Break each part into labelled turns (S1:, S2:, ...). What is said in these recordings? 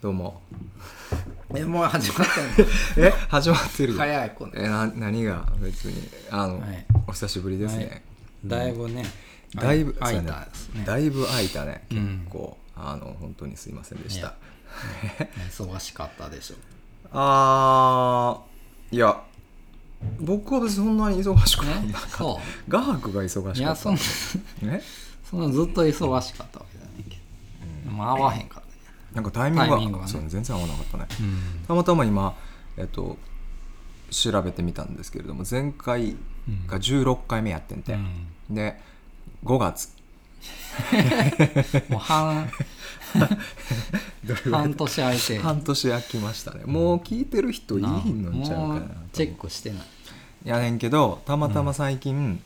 S1: どうも。
S2: えもう始まったの
S1: え、 始まってるよ。
S2: 早いこの
S1: え、な、何が別に、あの、
S2: はい
S1: お久しぶりですね。
S2: はいだいぶね
S1: だいぶ、
S2: 空い
S1: そう
S2: た
S1: や
S2: ですね
S1: だいぶ空いたね。
S2: う
S1: 結
S2: ん
S1: 構、あの、本当にすいませんでした。
S2: ね忙しかったでしょ
S1: あー、いや、僕は別にそんなに忙しく ない。
S2: ねそ
S1: 画伯が忙しかっ
S2: う
S1: た。
S2: いやそんな
S1: ね、
S2: そんなずっと忙しかったわけじゃないけど、まあ合わへんからね
S1: なんかタイミングが
S2: タイミングがね
S1: そう全然合わなかったね。
S2: うん
S1: たまたま今、えっと、調べてみたんですけれども前回が16回目やってんて、で5月
S2: もう半半年空いて
S1: 半年空きましたねもう聞いてる人いい
S2: な
S1: のんちゃうかな
S2: も
S1: と
S2: うチェックしてない
S1: やねんけどたまたま最近、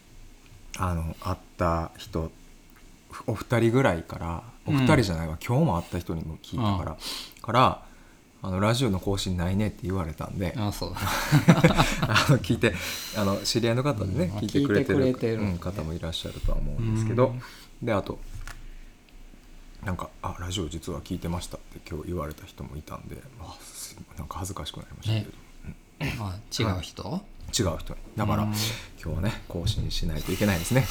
S1: あの会った人お二人ぐらいからお二人じゃないわ、今日も会った人にも聞いたから、からあのラジオの更新ないねって言われたんで、
S2: あそうだ
S1: あの聞いてあの知り合いの方でね、
S2: うん
S1: 聞いてくれてる
S2: 聞いてくれてる
S1: うん方もいらっしゃるとは思うんですけど、であとなんか「あラジオ実は聞いてました」って今日言われた人もいたんで、まあ、すなんか恥ずかしくなりましたけど、
S2: ねあ違う人、
S1: 違う人にだから、
S2: うん
S1: 今日はね更新しないといけないです ね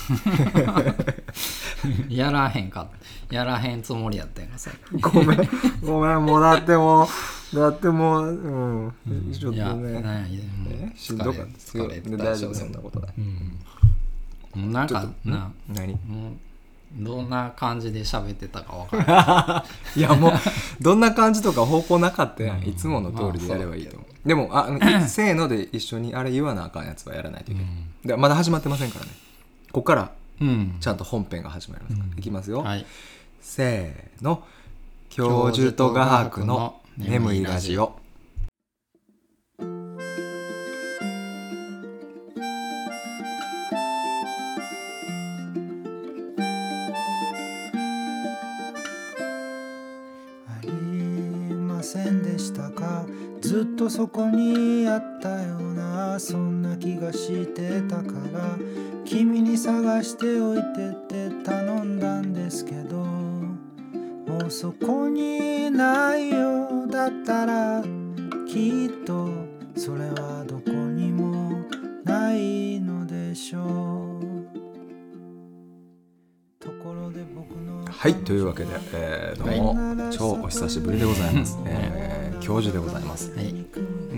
S2: やらへんかやらへんつもりやったんやからさっき
S1: ごめんごめんもうだってもうだってもううんちょっ
S2: い
S1: と
S2: や
S1: ね
S2: なんやもう
S1: ねしんどかったですよ
S2: 疲れて
S1: で
S2: た
S1: 大丈夫そんなことない
S2: うんもうなん
S1: ちょっ
S2: か
S1: と
S2: なん
S1: 何
S2: もうどんな感じで喋ってたかわからない
S1: いやもうどんな感じとか方向なかったやんいつもの通りでやればいいと思う、でもああのせーので一緒にあれ言わなあかんやつはやらないといけない、でまだ始まってませんからねここから
S2: うん
S1: ちゃんと本編が始まりますから、
S2: うん
S1: いきますよ、
S2: はい
S1: せーの教授と画伯の眠いラジオ
S3: ありませんでしたかずっとそこにあったようなそんな気がしてたから君に探しておいてって頼んだんですけどもうそこにないよだったらきっとそれはどこにもないのでしょうところで僕の
S1: はいというわけで、えーどうも、超お久しぶりでございます、えー教授でございます
S2: はい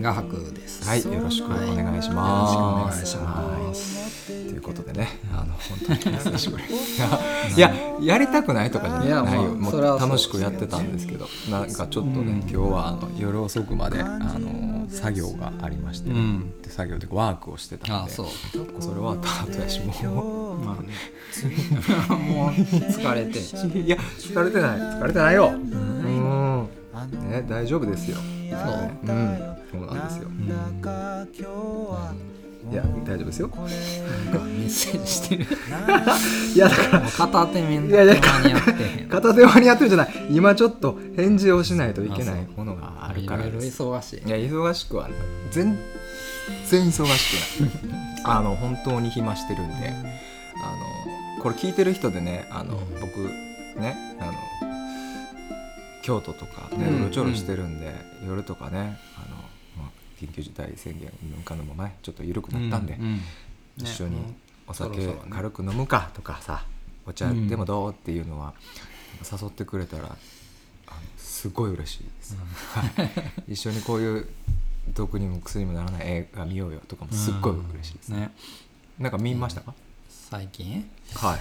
S2: 画伯です
S1: はい、よろしくお願いします。。
S2: よろしくお願いします
S1: ということでね、あの本当に久しぶり。いや、やりたくないとかじゃない
S2: いやまあ
S1: よ。も
S2: それは
S1: う
S2: そう
S1: 楽しくやってたんですけど、なんかちょっとね、今日はあの夜遅くまであの作業がありまして、
S2: うん
S1: で作業でワークをしてた
S2: あ
S1: んで、
S2: そう
S1: それはタートやしも
S2: まあねもう疲れてそう
S1: う。いや、疲れてない、疲れてないよ。うん。ね、大丈夫ですよ。うん、そうなんですよ。いや、大丈夫ですよ。
S2: メッセージしてる
S1: いや、だから。
S2: 片手面
S1: いやいや
S2: 間に合ってへん
S1: 片手間にやってるじゃない今ちょっと返事をしないといけないものがある
S2: い
S1: から
S2: ろいろ
S1: です
S2: 忙しい
S1: いや忙しくはない全然忙しくないあの本当に暇してるんであのこれ聞いてる人でねあの、
S2: うん
S1: 僕ねあの京都とかね
S2: うん
S1: うろちょろしてるんで、夜とかねあの、まあ、緊急事態宣言のかのも前ちょっと緩くなったんで、
S2: ううん
S1: 一緒に
S2: ね
S1: お酒
S2: そろそろね
S1: 軽く飲むかとかさお茶でもどうっていうのは誘ってくれたらあのすごい嬉しいです、はい一緒にこういう毒にも薬にもならない映画見ようよとかもすっごい嬉しいです、
S2: ね
S1: なんか見ましたか、
S2: 最近
S1: はい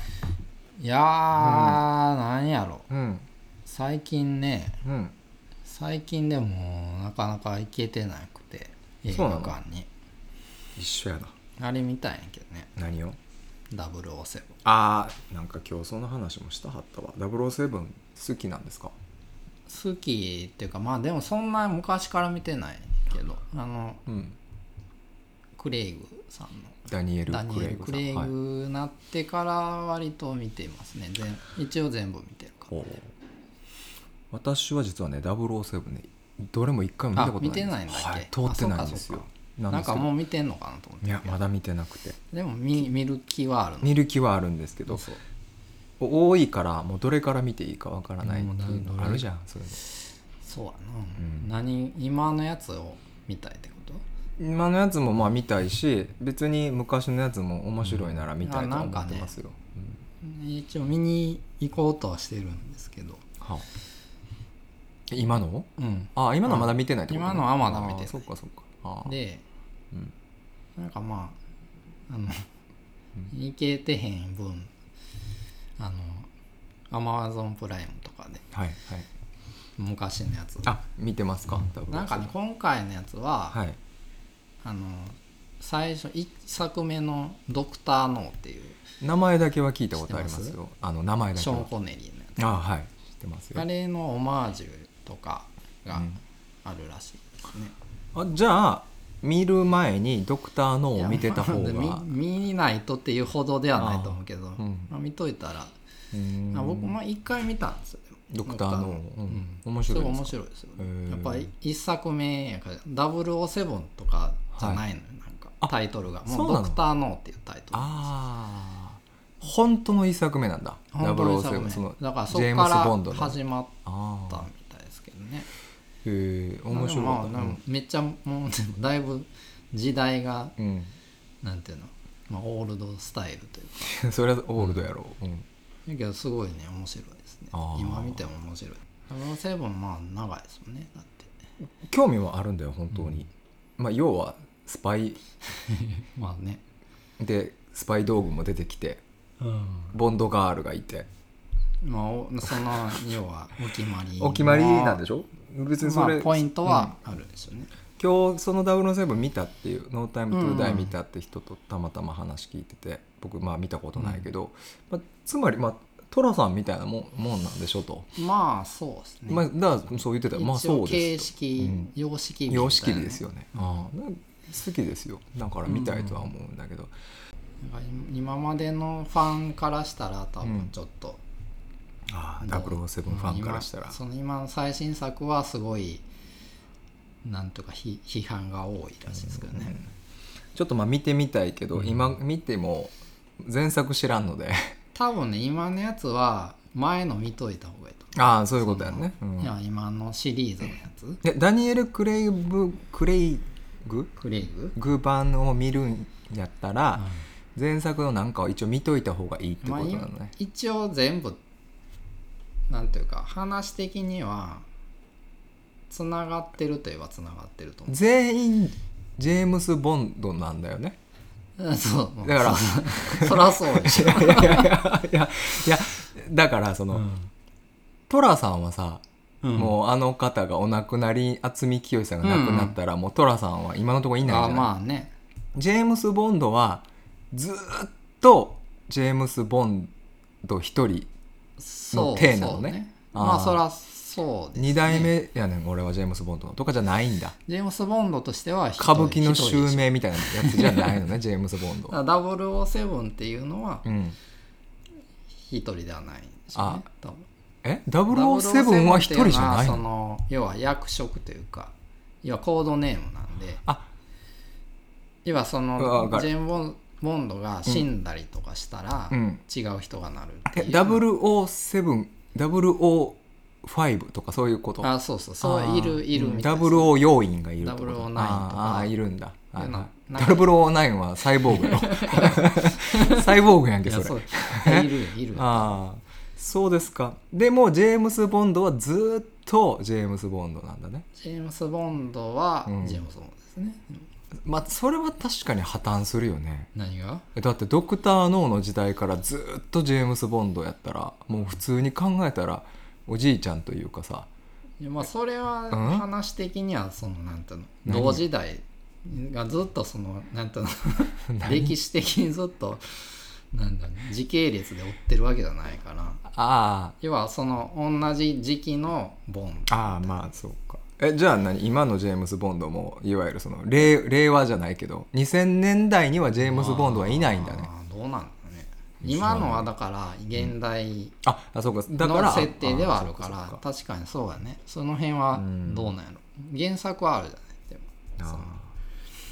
S2: いやーなんやろ
S1: うん
S2: 最近ね
S1: うん
S2: 最近でもなかなか行けてなくて映
S1: そう
S2: 画
S1: なの
S2: 館に
S1: 一緒やな
S2: あれ見たんやけどね
S1: 何を
S2: 007
S1: あーなんか競争の話もしたはったわ007好きなんですか
S2: 好きっていうかまあでもそんな昔から見てないけどあの
S1: うん
S2: クレイグさんの
S1: ダニエル・
S2: ダニ
S1: ク
S2: エ
S1: レイ
S2: ル・
S1: グさ
S2: ク
S1: ん
S2: レイ
S1: はい
S2: グなってから割と見てますね全一応全部見てるか
S1: ほう私は実はね007ねどれも一回も見たことないです
S2: あ見てないんだっけ
S1: はい、通ってないんですよ
S2: あそっか
S1: な
S2: ら
S1: ん
S2: な
S1: で
S2: ん
S1: すけ
S2: か
S1: ど
S2: もう見てんのかなと思っ
S1: い
S2: て
S1: やまだ見てなくて
S2: でも見見る気はあるの
S1: 見る気はあるんですけど
S2: そう
S1: お多いからもうどれから見ていいかわからないっていう
S2: もう
S1: の
S2: どれ
S1: あるじゃんそういう
S2: そうやな、
S1: うん
S2: 何今のやつを見たいってこと
S1: 今のやつもまあ見たいし別に昔のやつも面白いなら見たいとは思ってますよ、うん
S2: 一応見に行こうとはしてるんですけど、
S1: はあ今の
S2: うん、
S1: あ今のはまだ見てないってこと、
S2: 今のはまだ見てない
S1: あーそっかそっかあー
S2: で
S1: うん
S2: なんかまああの行けてへん分あのアマゾンプライムとかで
S1: はいはい
S2: 昔のやつ
S1: あ見てますか多分
S2: なんかね今回のやつは、
S1: はい
S2: あの最初1作目の「ドクター・ノー」っていう
S1: 名前だけは聞いたことあります
S2: 知って
S1: よあの名前だ
S2: シ
S1: け
S2: ョーン・
S1: は
S2: コネリーのや
S1: あーはい知ってます
S2: つ
S1: よ
S2: あれのオマージュとかが
S1: うん
S2: あるらしいですね、
S1: あじゃあ見る前に「ドクター・ノー」
S2: いや
S1: を見てた方が、
S2: まあ見見ないとっていうほどではないと思うけど
S1: あうん
S2: まあ、見といたら、
S1: うん
S2: あ僕まあ1回見たんですよ
S1: ドクターノー
S2: ドクタ
S1: うん
S2: うん
S1: 面白い
S2: す
S1: です
S2: ご
S1: か
S2: い面白いですよ
S1: へー
S2: やっぱり1作目やから007とかじゃないのよ、なんか
S1: あ
S2: タイトルが
S1: そ
S2: も
S1: う
S2: う
S1: な
S2: ド
S1: の
S2: クターノーっていうタイトル
S1: ああ本当の一作目なんだ
S2: 本当にそう
S1: 007その
S2: ねだからそ
S1: ジェー
S2: こ
S1: ム
S2: か
S1: ズ・ボンド
S2: ら
S1: の
S2: 始まっ
S1: あ
S2: た
S1: あ
S2: みたいですけどね
S1: へえ面白かっ
S2: ま
S1: た
S2: あでもまあめっちゃもうでもだいぶ時代が
S1: うん、
S2: なんていうの、まあ、オールドスタイルというか
S1: うん それはオールドやろう、うん
S2: だけどすごいね面白いですね
S1: あー
S2: 今見ても面白い007まあ長いですもんねだって
S1: 興味はあるんだよ本当に、まあ要はスパイ
S2: まあね
S1: でスパイ道具も出てきて
S2: うん
S1: ボンドガールがいて
S2: まあおその要はお決まり
S1: お決まりなんで
S2: し
S1: しょ別
S2: ょ
S1: にそれ、
S2: まあ、ポイントはあるんですよね、
S1: 今日その007見たっていう「ノータイムトゥーダイ
S2: うん
S1: 見たって人とたまたま話聞いてて僕まあ見たことないけど、まあ、つまりまあ寅さんみたいなもんもんなんでしょと、
S2: まあそうですね、
S1: まあ、だからそう言ってたらまあ
S2: 一応
S1: そう
S2: 形
S1: ですと
S2: 式、
S1: うん
S2: 様式美みたいな
S1: 様式美ですよね、ああな好きですよだから見たいとは思うんだけど、
S2: なんか今までのファンからしたら多
S1: うん
S2: 分ちょっと、
S1: ああ
S2: あの
S1: 007ファンからしたら
S2: 今その今の最新作はすごいなんとか批批判が多いらしいですけどね、
S1: ちょっとまあ見てみたいけど、今見ても前作知らんの で
S2: 多分ね今のやつは前の見といた方がいいと
S1: ああそういうことやね、う
S2: 思う、
S1: ん
S2: いや今のシリーズのやつ
S1: でダニエル・クレイブクレイグ
S2: クレイグ、
S1: グ版を見るんやったら、前作のなんかを一応見といた方がいいって
S2: ま
S1: こ
S2: あ、
S1: とないのね、
S2: 一応全部なんていうか話的にはつながってるといえばつながってると思う
S1: 全員ジェームス・ボンドなんだよね
S2: うんそうまあ
S1: だから
S2: そそらそうでしょ
S1: いやいやいやいやだからその、トラさんはさ、もうあの方がお亡くなり渥美清さんが亡くなったら、もうトラさんは今のところいないん
S2: あ
S1: じゃない
S2: まあね
S1: ジェームス・ボンドはずーっとジェームス・ボンド一人
S2: そう
S1: 体なのね
S2: そう
S1: あー
S2: まあそらそうです、ね、
S1: 二代目やねん俺はジェームス・ボンドのとかじゃないんだ
S2: ジェームス・ボンドとしては一人
S1: 歌舞伎の
S2: 一
S1: 襲
S2: 人でし
S1: 名みたいなやつじゃない のねジェームス・ボンド
S2: ょだから007っていうのは
S1: うん
S2: 一人ではないんですよ
S1: あ
S2: ね多分
S1: え007は一人じゃない
S2: 007って
S1: の
S2: うのはその要は役職というか要はコードネームなんで
S1: あ
S2: 要はそ
S1: あわ
S2: の
S1: かる
S2: ジェームボン・ボンドが死んだりとかしたら、
S1: うん
S2: 違う人がなるって
S1: え
S2: いう
S1: 0070005とかそういうこと
S2: あそうそうそういるいるみたいです
S1: 0要員がいるってこと
S2: 009とか
S1: あーあーいるんだあ
S2: い
S1: ー
S2: うの
S1: あー009はサイボーグよ サイボーグやんけ
S2: い
S1: そ
S2: や
S1: れ
S2: そういるいる
S1: ああそうですかでもジェームス・ボンドはずーっとジェームス・ボンドなんだね
S2: ジェームス・ボンドは
S1: うん
S2: ジェームス・ボンドですね、
S1: まあそれは確かに破綻するよね
S2: 何が
S1: だってドクター・ノーの時代からずーっとジェームス・ボンドやったらもう普通に考えたらおじいちゃんというかさ
S2: いやまあそれは
S1: うん
S2: 話的にはそのなんていう
S1: 何
S2: の同時代がずっとそのなんていうの
S1: 何
S2: 歴史的にずっとなんだろう時系列で追ってるわけじゃないから
S1: あ
S2: 要はその同じ時期のボン
S1: あああまあそうかえじゃあ何今のジェームス・ボンドもいわゆるその令令和じゃないけど2000年代にはジェームス・ボンドはいないんだね
S2: あーどうなんだろうね今のはだから現代
S1: ああそうかだから
S2: の設定ではあるから
S1: あーそうか
S2: 確かにそうだねその辺は
S1: うん
S2: どうなんやろ原作はあるじゃないでも
S1: そうか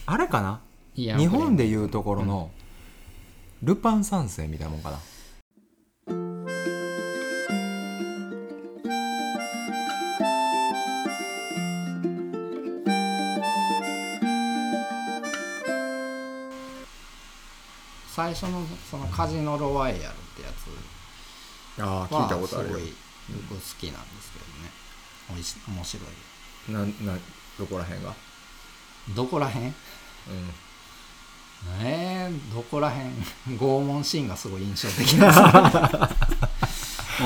S1: あーあれかな
S2: イアン
S1: 日本で
S2: フレ
S1: いうところのルパン三世みたいなもんかな
S2: 最初のそのカジノロワイヤルってやつ
S1: ああ聞い
S2: は
S1: た
S2: すご
S1: こ
S2: い
S1: とあるよ
S2: 僕好きなんですけどねおいし面白い
S1: ななどこら辺が
S2: どこらへん
S1: うん
S2: えー、どこらへん 拷問シーンがすごい印象 的なんですよ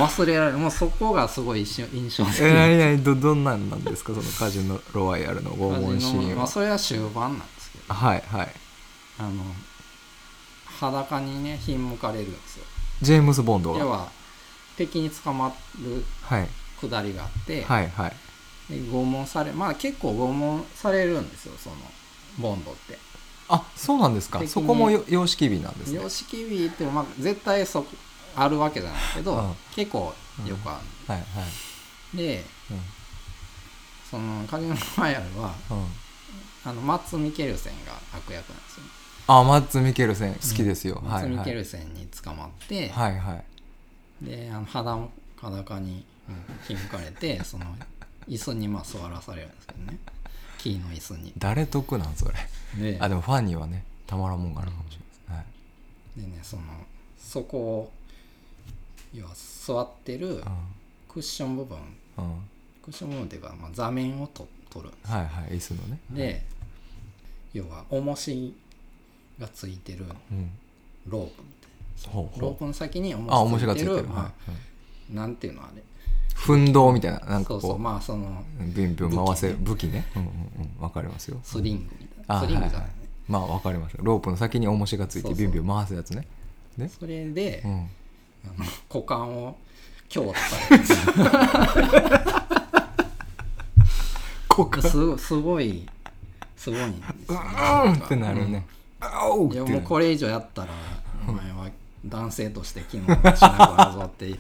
S2: 忘れられないもうそこがすごい印象印象的な
S1: えー、どどんなんなんですかそのカジノロワイヤルの拷問シ
S2: 感
S1: ー
S2: じ
S1: ン
S2: のま
S1: は
S2: あ、それは終盤なんですけど
S1: はいはい
S2: あの裸にねひんむかれるんですよ
S1: ジェームズ・ボンド
S2: 要
S1: が
S2: は敵に捕まる
S1: はい
S2: くだりがあって、
S1: はいはい
S2: で拷問されまあ結構拷問されるんですよそのボンドって
S1: あそうなんです
S2: 的
S1: か
S2: に
S1: そこもよ様式美なんですね
S2: 様式美って、まあ、絶対そこあるわけじゃないけど、
S1: うん
S2: 結構よくある、
S1: はいはい
S2: でそのカジノロワイヤルは
S1: うん、うん、
S2: あのマッツ・ミケルセンが悪役なんですよ、
S1: あマッツ・ミケルセン好きですよ、
S2: マッ
S1: は
S2: ツ・
S1: い
S2: ミ
S1: は
S2: ケ
S1: い
S2: ルセンに捕まって、
S1: はいはい
S2: であの裸裸にひんむか れてその椅子にまあ座らされるんですけどねキーの椅子に
S1: 誰得なんそれ
S2: で
S1: あでもファンにはねたまらんもんがあるかもしれないで
S2: でねそのそこを要は座って
S1: す、
S2: る
S1: はい
S2: クッション部分
S1: うんうん、
S2: クッション部分っていうか、まあ、座面をと取るんです
S1: はいはい椅子のね
S2: で、要は重しがついてる
S1: うん
S2: ロープみたい
S1: ほう
S2: なロー
S1: ほう
S2: プの先に
S1: あ
S2: 重
S1: 面
S2: し
S1: 白が
S2: が
S1: つ
S2: つい
S1: い
S2: て
S1: て
S2: る
S1: る、
S2: ま
S1: はいうん
S2: あ、なんていうのあれ
S1: 奮闘みたいななんかこ
S2: そう
S1: う
S2: そうまあその
S1: ビュンビュン回せる武器ねうんうんうんわかりますよ
S2: スリングみたいな
S1: あ
S2: スリングじゃ
S1: は
S2: ないい
S1: は
S2: ね
S1: い、まあわかりますロープの先に重しがつい
S2: そう
S1: て
S2: そう
S1: ビュンビュン回すやつねね
S2: それで、
S1: うん
S2: あの股間を強打されるんですよ
S1: こ
S2: すごすごいすごいんですよ
S1: うんってなるねあおうっ
S2: い
S1: て
S2: や
S1: な
S2: もう
S1: る
S2: これ以上やったらお前は男性として機能しなくなるぞって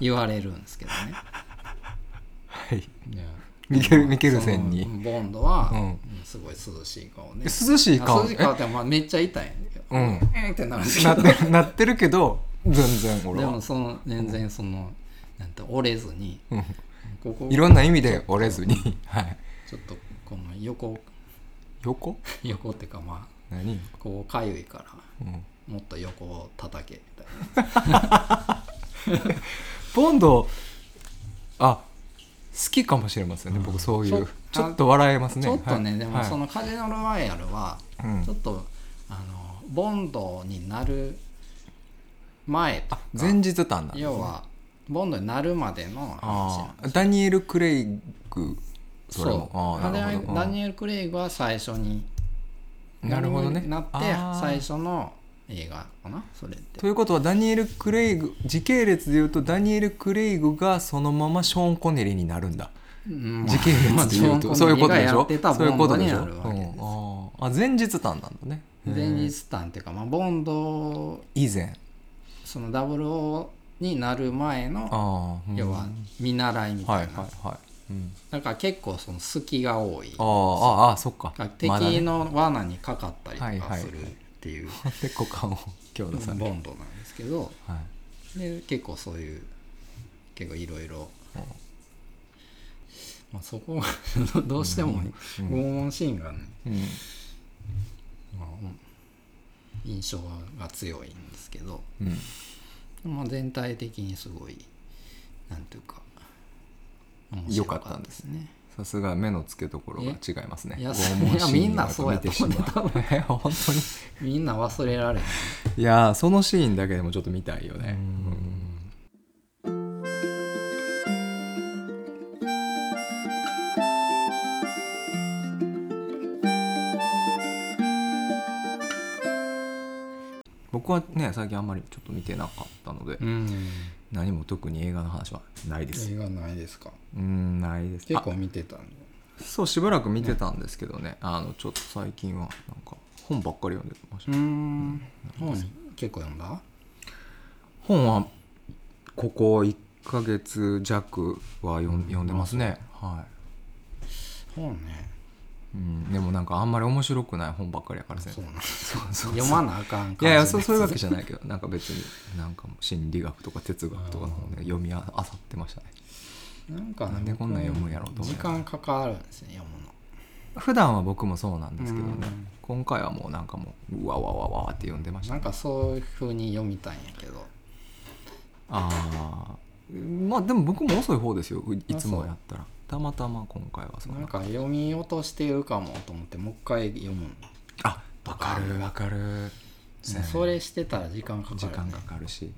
S2: 言われるんですけどね
S1: はい
S2: いや
S1: ミケル
S2: まあ
S1: ミケルセンに
S2: そのボンドは、
S1: うん
S2: うんすごい涼しい顔ね
S1: 涼しい
S2: あ
S1: 顔
S2: 涼しい顔ってまあめっちゃ痛いんだけど
S1: うん
S2: うんってなるんですけ
S1: なっ
S2: ど
S1: て なってるけど全然俺
S2: でも
S1: は
S2: その全然そのなんて折れずに
S1: うん
S2: ここ
S1: いろんな意味で折れずにはい
S2: ちょっとこの横
S1: 横
S2: 横っていうかま
S1: 何
S2: あこうかゆいから
S1: うん
S2: もっと横を叩けみたいな
S1: ボンドあ好きかもしれませんね僕そうい
S2: ちょ
S1: う
S2: あ
S1: ちょっと笑えますね
S2: ちょっとね、
S1: はい
S2: でも
S1: はい
S2: そのカジノロワイヤルは、
S1: うん
S2: ちょっとあのボンドになる前とか
S1: 前日談なんですね
S2: 要はボンドになるまでの話な
S1: あ
S2: んで
S1: あダニエル・クレイグ
S2: す
S1: それも
S2: そう
S1: ああなるほ
S2: ダニエル
S1: ど
S2: ダニエル・クレイグは最初に
S1: うんなるほどね
S2: なって
S1: あー
S2: 最初の映画かなそれって
S1: ということはダニエル・クレイグ時系列でいうとダニエル・クレイグがそのままショーン・コネリーになるんだ
S2: うん
S1: 時系列でいう
S2: ま
S1: と
S2: あ
S1: そういうことでし
S2: ジョン
S1: ょ
S2: コネリーがやってた
S1: そういう
S2: ボ
S1: こと
S2: ンド
S1: で
S2: に
S1: し
S2: な
S1: ょ
S2: るわけで
S1: うん
S2: す
S1: ああ前日談なんだね
S2: 前
S1: へえ
S2: 日譚っていうか、まあ、ボンド
S1: 以前
S2: そのダブルになる前の
S1: ああうん
S2: 要は見習いみ
S1: は
S2: た
S1: い
S2: い
S1: はい
S2: な
S1: はいうん
S2: だから結構その隙が多い
S1: ああああそっかまだ
S2: 敵
S1: ね
S2: の罠にかかったり
S1: はい
S2: とか
S1: はい
S2: するっていう
S1: で股間を強打され
S2: ボ
S1: る
S2: ンドなんですけど
S1: はい
S2: で結構そういう結構いろいろ
S1: うん
S2: まあそこが どうしても拷問シーンがね、
S1: うん
S2: まあうん印象が強いんですけど、
S1: うん
S2: まあ、全体的にすごいなんていうか面
S1: 良
S2: 白
S1: かったんです
S2: ね。
S1: さすが目の付けどころが違いますね
S2: いや
S1: 拷問シーン
S2: いやみんなそうやと思うね
S1: なんか見てしまう 本当に
S2: みんな忘れられない
S1: いやーそのシーンだけでもちょっと見たいよね僕はね最近あんまりちょっと見てなかったので、
S2: うん
S1: 何も特に映画の話はないです
S2: 映画ないですか
S1: うんないです
S2: 結構見てたんで
S1: あそうしばらく見てたんですけどねあのちょっと最近はなんか本ばっかり読んでました、
S2: ん本結構読んだ
S1: 本はここ1ヶ月弱は読ん読んでますね、は
S2: 本ね
S1: い、うん、でもなんかあんまり面白くない本ばっかりやから
S2: そうなん
S1: そうそう
S2: 読まなあかん感
S1: い
S2: じ
S1: やいやそうそういうわけ
S2: ゃ
S1: じゃないけどなんか別になんかもう心理学とか哲学とかの本で読みああさってましたね
S2: なんかね
S1: なんでこんなん読むんやろうと思いな
S2: 時
S1: がら
S2: 間かかるんですね読むの
S1: 普段は僕もそうなんですけどね、
S2: うん
S1: 今回はもうなんかもううわわわわわって呼んでました
S2: なんかそういうふうに読みたんやけど
S1: ああまあでも僕も遅い方ですよういつもやったらたまたま今回はそう
S2: なんか読み落としてるかもと思ってもう一回読む
S1: あわかるわかる
S2: のそれしてたら時間かかる、
S1: 時
S2: ね、
S1: 間かかるし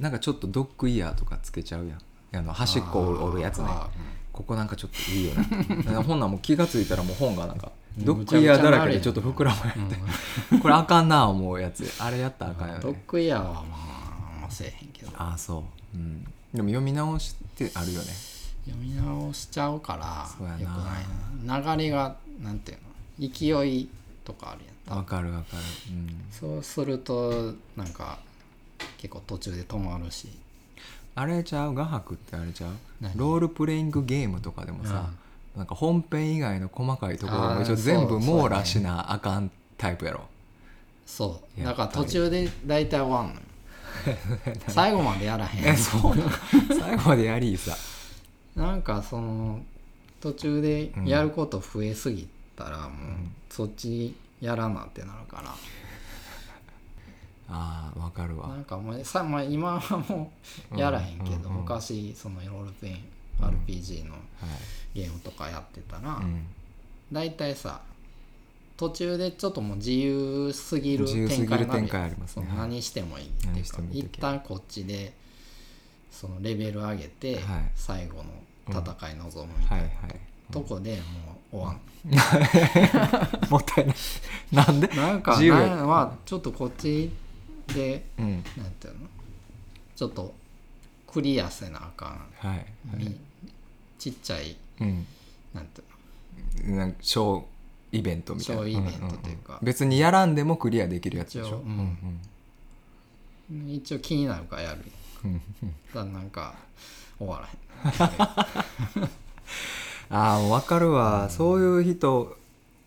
S1: なんかちょっとドッグイヤーとかつけちゃうやんあの端っこおるやつね
S2: あ
S1: ここなんかちょっといいよね ほんなんもう気が付いたらもう本がなんか
S2: うん
S1: ドッグイヤーだらけで
S2: む
S1: ち
S2: ち
S1: ょ
S2: ゃ
S1: っ
S2: くち
S1: と
S2: ゃ
S1: 膨らま
S2: うん
S1: れて これあかんな思うやつあれやったらあかんよ
S2: ドッ
S1: ね
S2: グイヤーはまあ、まあ、せえへんけど
S1: ああそう、うん、でも読み直しってあるよね
S2: 読み直しちゃうから
S1: そうやな
S2: よくないな流れがなんていうの勢いとかあるやん
S1: わかるわかる、うん、
S2: そうするとなんか結構途中で止まるし
S1: あれちゃう画伯ってあれちゃう
S2: 何
S1: ロールプレイングゲームとかでもさ、なんか本編以外の細かいところも一
S2: あ
S1: 応全
S2: ー
S1: 部
S2: そうそうやね
S1: 網羅しなあかんタイプやろ
S2: そう
S1: や
S2: だ
S1: っぱ
S2: か
S1: り
S2: ら途中で大体終わん のよ最後までやらへ
S1: え
S2: ん
S1: そう なの最後までやりいさ
S2: なんかその途中でやること増えすぎたらもうそっちやらなってなるから、
S1: あーわかるわ
S2: なんかもうさ、まあ、今はもうやらへんけど、
S1: うんうんうん
S2: 昔そのロールプレイン
S1: うん
S2: RPG の
S1: はい
S2: ゲームとかやってたら、
S1: うん
S2: 大体さ途中でちょっともう自由すぎる
S1: 自由す
S2: 展
S1: ぎ
S2: 開
S1: る
S2: になる
S1: 展
S2: や
S1: 開
S2: ん
S1: あります
S2: そ
S1: ね
S2: の
S1: はい
S2: 何してもいいってい
S1: 何
S2: う
S1: して
S2: か
S1: もいい
S2: 一
S1: 時
S2: 旦こっちでそのレベル上げて、
S1: はい
S2: 最後の戦い臨むみた
S1: はいい
S2: な、
S1: はい
S2: とこでもう終わん
S1: もった いないなんで
S2: なんか
S1: 自由
S2: なんやまあちょっとこっちで
S1: うん
S2: なんていうのちょっとクリアせなあか
S1: はいはい
S2: ん、みちっちゃい
S1: うん
S2: なんていうの
S1: なんか小イベントみたいな
S2: 小イベントというか
S1: んんん別にやらんでもクリアできるやつ
S2: 一
S1: でし
S2: 応
S1: ょ、
S2: う
S1: うん
S2: ん一応気になるからやる
S1: うんうんうん
S2: だからなんか終わらへん
S1: ああ分かるわ、そういう人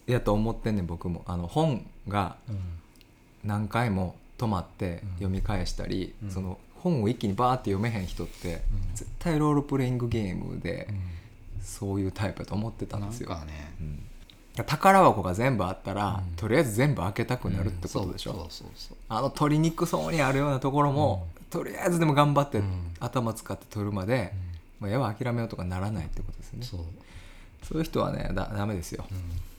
S1: やと思ってんねん僕もあの本が何回も止まって読み返したり、
S2: うん
S1: その本を一気にバーって読めへん人って、
S2: うん
S1: 絶対ロールプレイングゲームでそういうタイプだと思ってたんですよ、
S2: なんかね
S1: うん宝箱が全部あったら、とりあえず全部開けたくなるってことでしょ、
S2: そうそうそう
S1: あの取りにくそうにあるようなところも、とりあえずでも頑張って、
S2: ん
S1: 頭使って取るまで、まあ、絵は諦めようとかならないってことですね
S2: そう、
S1: そういう人はねだダメですよ、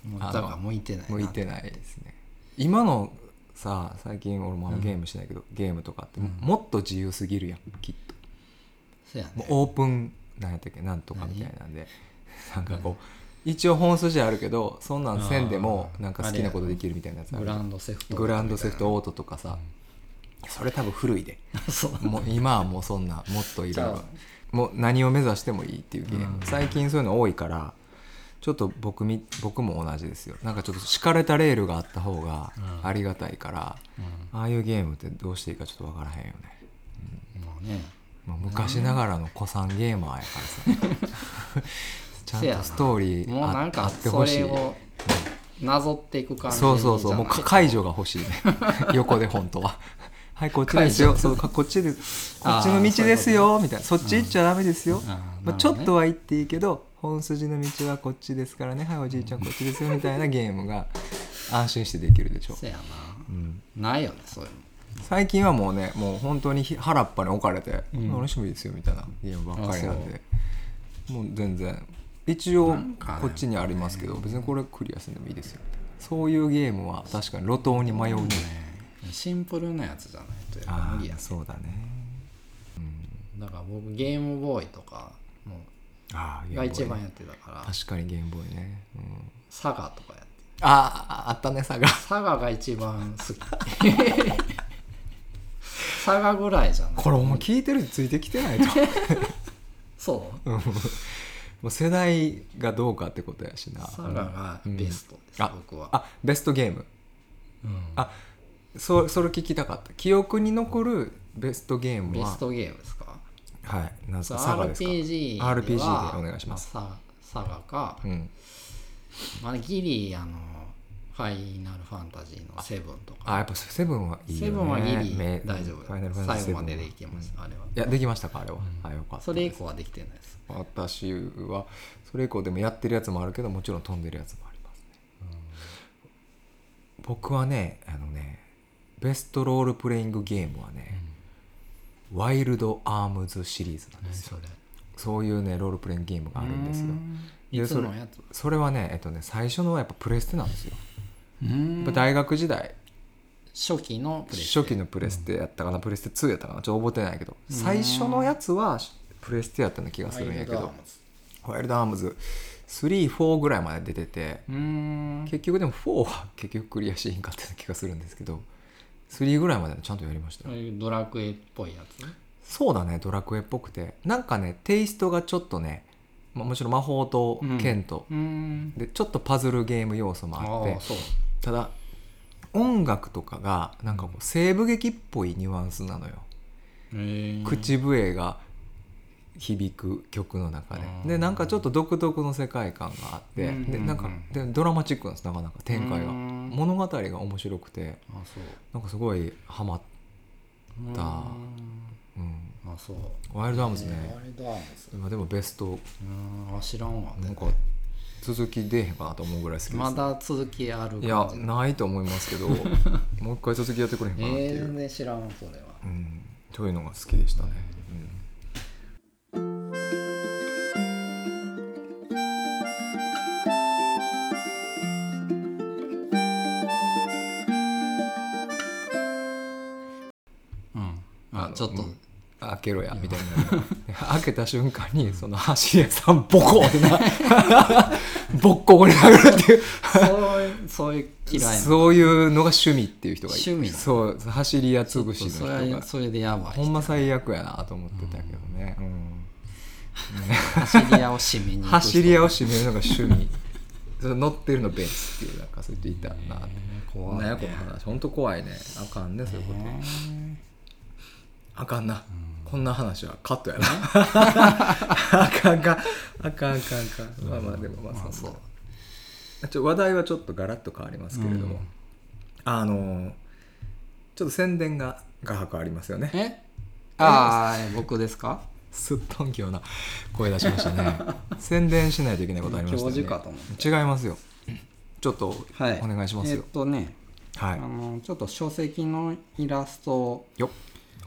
S2: うん、もう
S1: あの
S2: だから向いてないな
S1: 向いてないですね今のさ最近俺もあの
S2: うん
S1: ゲームしないけど、ゲームとかって
S2: うん
S1: もっと自由すぎるやんきっと
S2: そうやね
S1: もうオープンなんやったっけなんとかみたいなんで なんかこう一応本筋あるけどそんなんせんでも
S2: あー
S1: なんか好きなことできるみたいなやつあ
S2: グ
S1: る
S2: ランドセフト
S1: グランドセフトオートとかさ、それ多分古いで
S2: そう
S1: もう今はもうそんなもっとい
S2: じ
S1: ろい
S2: ゃ
S1: ろ
S2: あ
S1: もう何を目指してもいいっていうゲーム、
S2: うん
S1: 最近そういうの多いからちょっと僕み僕も同じですよなんかちょっと敷かれたレールがあった方が
S2: うん
S1: ありがたいから、
S2: うん
S1: ああいうゲームってどうしていいかちょっとわからへんよね、
S2: まあね
S1: まあ、昔ながらの子さんゲーマーやからさ
S2: せ
S1: ちゃ
S2: や
S1: ん
S2: な
S1: とストーリー
S2: もう
S1: あ
S2: なん
S1: あ
S2: か
S1: って
S2: そ
S1: ほしい
S2: れをなぞっていく感じ
S1: そうそうそうもう
S2: じゃない
S1: 解除が欲し いね横で本当ははいこっちですよ
S2: 解除
S1: そうかこっちでこ
S2: あー
S1: っちの道ですよみたいなそっち行っちゃダメですよ、
S2: あー
S1: まあ、
S2: なるほどね
S1: ちょっとは行っていいけど本筋の道はこっちですからねはいおじいちゃんこっちですよみたいなゲームが安心してできるでしょ
S2: そうやな、
S1: ん
S2: ないよねそういう
S1: 最近はもうねもう本当にひ原っぱに置かれて「
S2: うん
S1: 楽しみですよ」みたいなゲームばっかりなんで
S2: あ
S1: もう全然一応
S2: なんかね
S1: こっちにありますけど別にこれクリアするでもいいですよそういうゲームは確かに路頭に迷うね
S2: のシンプルなやつじゃないとやっぱ
S1: あ
S2: 無理や
S1: あそうだね
S2: だから僕ゲームボーイとかも
S1: ああ
S2: が一番
S1: ね
S2: やってたから
S1: 確かにゲームボーイね、うん、
S2: サガとかやって
S1: あああったね差が
S2: サガが一番好きサガぐらいじゃない
S1: これお前聞いてる人ついてきて ないと
S2: そう
S1: うんもう世代がどうかってことやしな
S2: サガがベストです、
S1: あ
S2: 僕は
S1: あベストゲーム
S2: うん
S1: あそそれ聞きたかった記憶に残るベストゲーム
S2: ベ
S1: は
S2: ストゲームですか
S1: はいなんですかサガですか
S2: RPG で
S1: RPG
S2: は
S1: でお願いします
S2: あササガか、
S1: うん
S2: まあ、ギリあのファイナルファンタジーのセブンとか
S1: あやっぱセブンはいいよね
S2: セブンはギリ
S1: め
S2: 大丈夫
S1: ファイナルファンタジー
S2: 最
S1: セ
S2: 後
S1: ブン
S2: まででいけました、あれは
S1: うんいやできましたかあれは、あよかった
S2: それ以降はできてないです
S1: 私はそれ以降でもやってるやつもあるけどもちろん飛んでるやつもありますね僕はねあのねベストロールプレイングゲームはね、ワイルドアームズシリーズなん
S2: 何
S1: ですよ
S2: それ
S1: そういうねロールプレイングゲームがあるんですよ
S2: いつ
S1: それ
S2: のやつ
S1: それはねえっとね最初のはやっぱプレステなんですよ、
S2: う
S1: や
S2: ん
S1: っぱ大学時代
S2: 初期のプレイ
S1: 初期のプレステやったかな、プレステ2やったかなちょっと覚えてないけど
S2: ん
S1: 最初のやつはプレステやったような気がするんやけどワイルドアームズ34ぐらいまで出てて
S2: うーん
S1: 結局でも4は結局クリアしんかったような気がするんですけど3ぐらいまでちゃんとやりました
S2: そう
S1: よ
S2: いうドラクエっぽいやつ
S1: そうだねドラクエっぽくてなんかねテイストがちょっとね、まあ、もちろん魔法と剣と、
S2: うーん
S1: でちょっとパズルゲーム要素もあっ
S2: あ
S1: て
S2: あそう
S1: ただ音楽とかがなんかこう西部劇っぽいニュアンスなのよ、
S2: へえ
S1: 口笛が響く曲の中で
S2: うん
S1: でなんかちょっと独特の世界観があって
S2: うん
S1: でなんかでドラマチックなんですなかなか展開が
S2: うん
S1: 物語が面白くて
S2: あそう
S1: なんかすごいハマっ
S2: うーん
S1: だうん
S2: あそう
S1: ワイルドアームズ
S2: えー
S1: ね
S2: ワイルドアームズ
S1: 今でもベスト
S2: うーんあ知らんわ
S1: なんか続き出えへんかなと思うぐらい好きです
S2: まだ続きある
S1: いや
S2: 感じ
S1: ないと思いますけ どもう一回続きやってくれへんかなって
S2: えー
S1: いう
S2: 全、然知らんわそれは
S1: うん、というのが好きでしたね、うん
S2: うん
S1: あ
S2: あ
S1: の
S2: ちょっと
S1: うん開けろやみたいな開けた瞬間にその橋屋さんボコって なボッコボコに殴るっていう
S2: そういうそういう嫌いな
S1: そういうのが趣味っていう人がいる
S2: 趣味
S1: そう走り屋潰しの
S2: そ
S1: 人
S2: れ
S1: が
S2: はそれでやばい
S1: ほんま最悪やなと思ってたけどね、うん
S2: 走り屋を締めに行く人
S1: 走り屋を締めるのが趣 味その乗ってるのベンツっていうなんかそういう人いたなって、
S2: 怖い
S1: なんやこの話ほんと怖いねあかんねそういうこと、
S2: ね
S1: あかんな、こんな話はカットやな あかんかあかんあかんあかん、まあまあでもま
S2: ま
S1: あ
S2: あ
S1: そ
S2: そう
S1: うちょ話題はちょっとガラッと変わりますけれども、
S2: うん
S1: あのーちょっと宣伝が画伯ありますよね
S2: えああ僕ですか
S1: すっとんきょうな声出しました ね宣伝しないといけないことありましたよね
S2: 教授かと思っ
S1: 違いますよちょっと
S2: はい
S1: お願いします
S2: えっ
S1: よ、
S2: とね
S1: は
S2: あ
S1: い、
S2: のちょっと書籍のイラストを
S1: よっ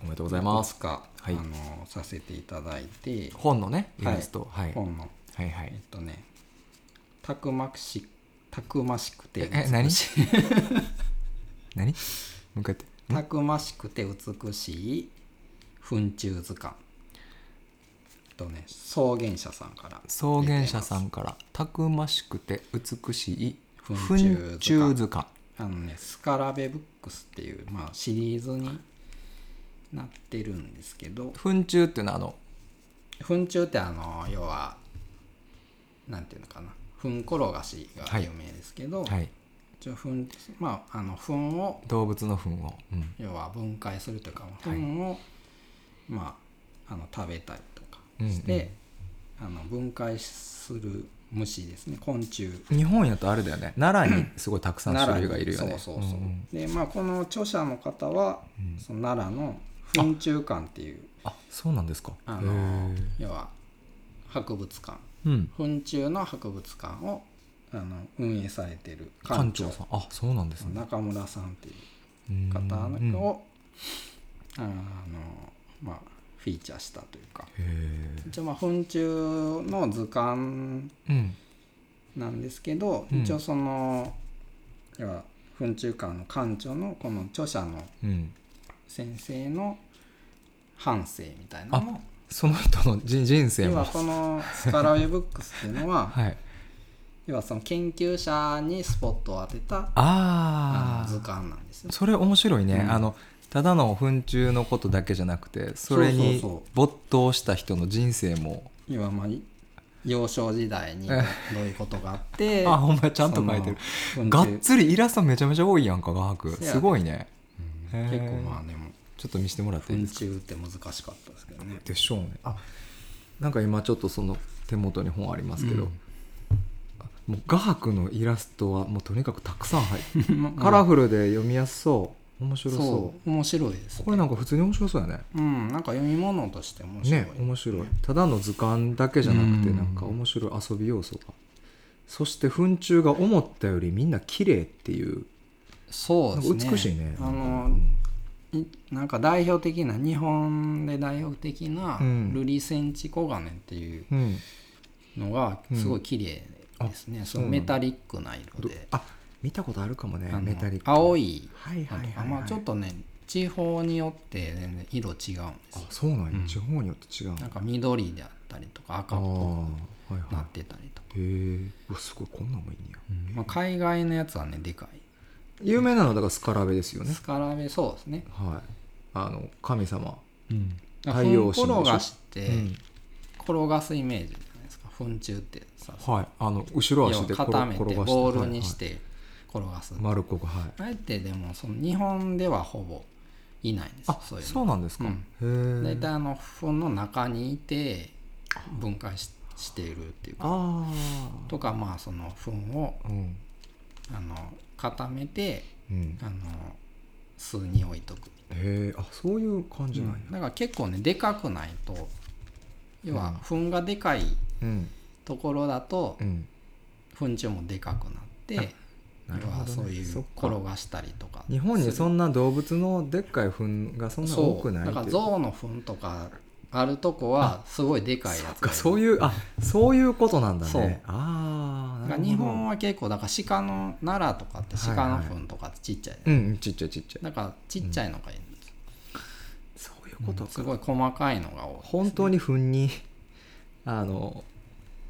S1: おめでとうござい
S2: い
S1: ま
S2: く
S1: す
S2: つかあ
S1: はい
S2: のさせていただいて
S1: 本のねイ
S2: はい
S1: ラスト、はい
S2: 本の
S1: はいは
S2: えっ
S1: い
S2: とねたくましくたくましくて
S1: え何 何向かって
S2: たくましくて美しい糞虫図鑑えっとね草原社さんから
S1: 草原社さんから「たくましくて美しい
S2: 糞
S1: 糞
S2: 虫図鑑
S1: 虫図鑑
S2: あのねスカラベブックスっていう、まあ、シリーズになってるんですけど」
S1: 糞虫っていうのはあの
S2: 糞虫ってあの要はなんていうのかな糞転がしが有名ですけど、
S1: はい、
S2: 一応糞まああの糞を
S1: 動物の糞を、うん
S2: 要は分解するというか
S1: い
S2: 糞を、まああの食べたりとかして、あの分解する虫ですね昆虫
S1: 日本やとあれだよね奈良にすごいたくさん種類がいるよね
S2: 奈良にそうそうそう、
S1: んん
S2: でまあこの著者の方は、その奈良の糞虫館っていう
S1: あそうなんですか
S2: あの
S1: へー
S2: 要は博物館
S1: うん
S2: 糞虫の博物館をあの運営されてる
S1: 館長さんあそうなんですね
S2: 中村さんってい
S1: う
S2: う
S1: ん
S2: 方を、
S1: うんへ
S2: あのまあフィーチャーしたというか
S1: え
S2: 一応まあ糞虫の図鑑
S1: うん
S2: なんですけど、
S1: うん
S2: 一応その要は糞虫館の館長のこの著者の
S1: うん
S2: 先生の半生みたいなの
S1: あ
S2: を
S1: その人の人人生
S2: 要
S1: も
S2: はこのスカラウェイブックスっていうのは、
S1: はい
S2: 要はその研究者にスポットを当てた
S1: あ
S2: あの図
S1: あ
S2: 鑑なんですよ。
S1: それ面白いね、
S2: うん
S1: あのただの糞虫のことだけじゃなくてそれに
S2: そうそうそう
S1: 没頭した人の人生も
S2: 要はまあい幼少時代にどういうことがあって
S1: あほんまやちゃんと書いてる
S2: その
S1: がっ
S2: うん
S1: つりイラストめちゃめちゃ多いやんか画伯
S2: せやです
S1: ごいねへ
S2: 結
S1: ー
S2: 構まあでも
S1: ちょっと見せてもらっていい
S2: 昆
S1: ですか
S2: 虫って難しかったですけどね。
S1: でしょうねあなんか今ちょっとその手元に本ありますけど、もう画伯のイラストはもうとにかくたくさん入って カラフルで読みやすそう面白そう
S2: そう面白いですね。
S1: これなんか普通に面白そうやね
S2: うんなんか読み物として面白い。
S1: ね面白いただの図鑑だけじゃなくて
S2: うん
S1: なんか面白い遊び要素がそして糞虫が思ったよりみんな綺麗っていう
S2: そうですね
S1: 美しいね
S2: あの、いなんか代表的な日本で代表的な
S1: うん
S2: ルリセンチコガネっていう
S1: うん、
S2: のがすごい綺麗ですね、そのメタリックな色
S1: ど
S2: で、
S1: あ見たことあるかもね
S2: あの
S1: メタリック
S2: 青い
S1: はいはいはいはい
S2: あまあちょっとね地方によって全然色違うんですよ
S1: あそうなんや、
S2: うん
S1: 地方によって違うん
S2: な
S1: だ
S2: んか緑であったりとか赤
S1: あ
S2: っ
S1: あ
S2: ぽ
S1: はい
S2: くな
S1: は
S2: ってたりとか、
S1: いへえうわすごいこんなんもいいんや、
S2: まあ、海外のやつはねでかい
S1: 有名なのはだからスカラベですよね
S2: スカラベそうですね
S1: はいあの神様太陽
S2: 太
S1: 神で
S2: 陽
S1: しょ
S2: 転がして、
S1: うん
S2: 転がすイメージじゃないですか糞虫ってさ
S1: はいあの後ろ
S2: 要
S1: 足
S2: は
S1: で
S2: 固めて
S1: 転がして
S2: ボールにし
S1: は
S2: て転が
S1: い
S2: す、
S1: はいマルコがはい
S2: あえてでもその日本ではほぼいないんですよ
S1: あ
S2: そ
S1: そう
S2: いう
S1: う
S2: の
S1: なんですか、
S2: うん
S1: へえ
S2: 大体あの糞の中にいて分解ししているっていうか
S1: あ
S2: とかまあその糞を
S1: あうん
S2: あの固めて
S1: うん
S2: あの巣に置いとく
S1: へえあそういう感じなんや
S2: だから結構ねでかくないと要は糞がでかい
S1: うん
S2: ところだと
S1: うん
S2: 糞虫もでかくなって
S1: なる
S2: 要
S1: ほど
S2: は
S1: ね
S2: そうい
S1: そっ
S2: う
S1: か
S2: 転がしたりとか
S1: 日本にそ
S2: ん
S1: んな動物のでっかい糞がそんな多
S2: そ
S1: く
S2: う
S1: ない
S2: だから
S1: って
S2: 象の糞とかあるとこはすごいでかいやつ
S1: そっかそう
S2: う
S1: いうあそういうことなんだ
S2: そう
S1: ねああなるほど
S2: 日本は結構だから鹿の奈良とかって鹿の糞とかってちっちゃい、
S1: うんうんちっちゃいちっちゃい
S2: だからちっちゃいのがいいんですよ、
S1: そういうこと
S2: す
S1: か
S2: ごい細かいのが多い
S1: 本当に糞にあの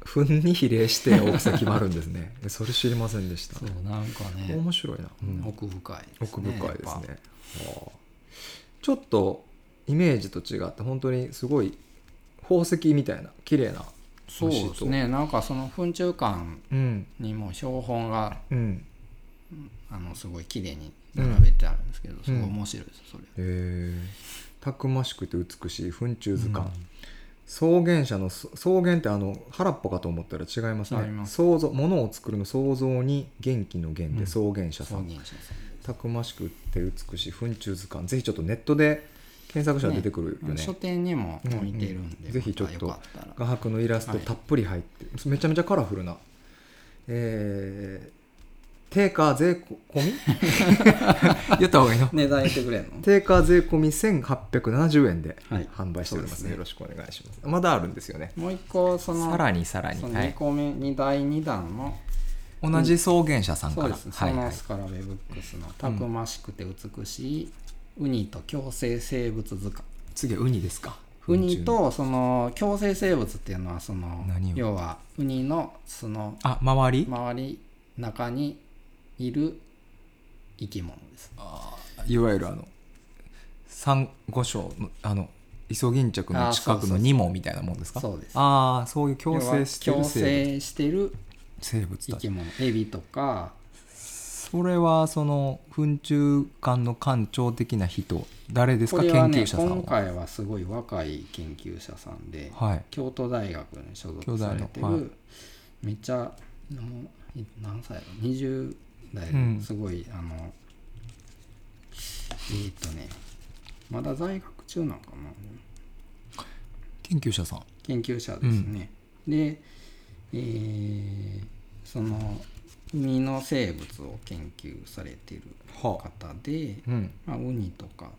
S1: 糞に比例して大きさ決まるんです ねそれ知りませんでした
S2: そうなんかね
S1: 面白いな、うん
S2: 奥深いです
S1: 奥
S2: ね
S1: 深いです
S2: やっ
S1: ねはあちょっとイメージと違って本当にすごい宝石みたいな綺麗な
S2: ぱそうですねなんかその糞虫館
S1: うん
S2: にも標本が
S1: うん
S2: あのすごい綺麗に並べてあるんですけど、すごい面白いですそれ、
S1: へえたくましくて美しい糞虫図鑑、草原者のそ草原ってあの原っぱかと思ったら違います
S2: 違い
S1: ね
S2: ます
S1: 創造物を作るの創造に元気の源で草原者さん、
S2: 創原者さん
S1: たくましくて美しい糞虫図鑑ぜひちょっとネットで検索したら出てくるよね
S2: 書店にも置いてるんで、
S1: うんうんぜひちょっと
S2: またよかったら
S1: 画伯のイラスト
S2: はい
S1: たっぷり入って、めちゃめちゃカラフルなえー、定価税込み言った方がいいの
S2: 値 段言ってくれんの
S1: 定価税込み1870円で
S2: はい
S1: 販売しております,、
S2: そうですね
S1: よろしくお願いしますまだあるんですよね
S2: もう一個その
S1: さらにさらに
S2: その
S1: はい
S2: 2個目、二第2弾の
S1: 同じ草原者さんか
S2: そう
S1: ら、
S2: です、
S1: はい
S2: そ
S1: は
S2: の
S1: い
S2: スカラベブックスの「たくましくて美しいウニと共生生物図鑑」
S1: 次はウニですか
S2: ウニとその共生生物っていうのはその
S1: 何を
S2: 要はウニのその
S1: あ周り、
S2: 周り中にいる生き物です
S1: いわゆるあのサンゴ礁のあのイソギンチャクの近
S2: あそ
S1: く
S2: うそ
S1: の
S2: う
S1: ニモみたいなもんですか
S2: そうです
S1: ああそういう共生して
S2: 要は
S1: る
S2: 共
S1: 生物
S2: 生してる
S1: 生物
S2: 生
S1: たち
S2: き物エビとか
S1: それはその糞虫館の館長的な人誰です
S2: こ
S1: か、
S2: れは
S1: 研
S2: ね
S1: 究者さん
S2: 今
S1: は
S2: 回はすごい若い研究者さんで、
S1: はい
S2: 京都大学に所属されて
S1: 京
S2: る、
S1: 大のはい
S2: めっちゃもうい何歳やろ20代
S1: うん
S2: すごい、あのえーっとねまだ在学中なんかな
S1: 研究者さん
S2: 研究者ですね、で、えーその海の生物を研究されてる方で、
S1: うん
S2: まあ、ウニとか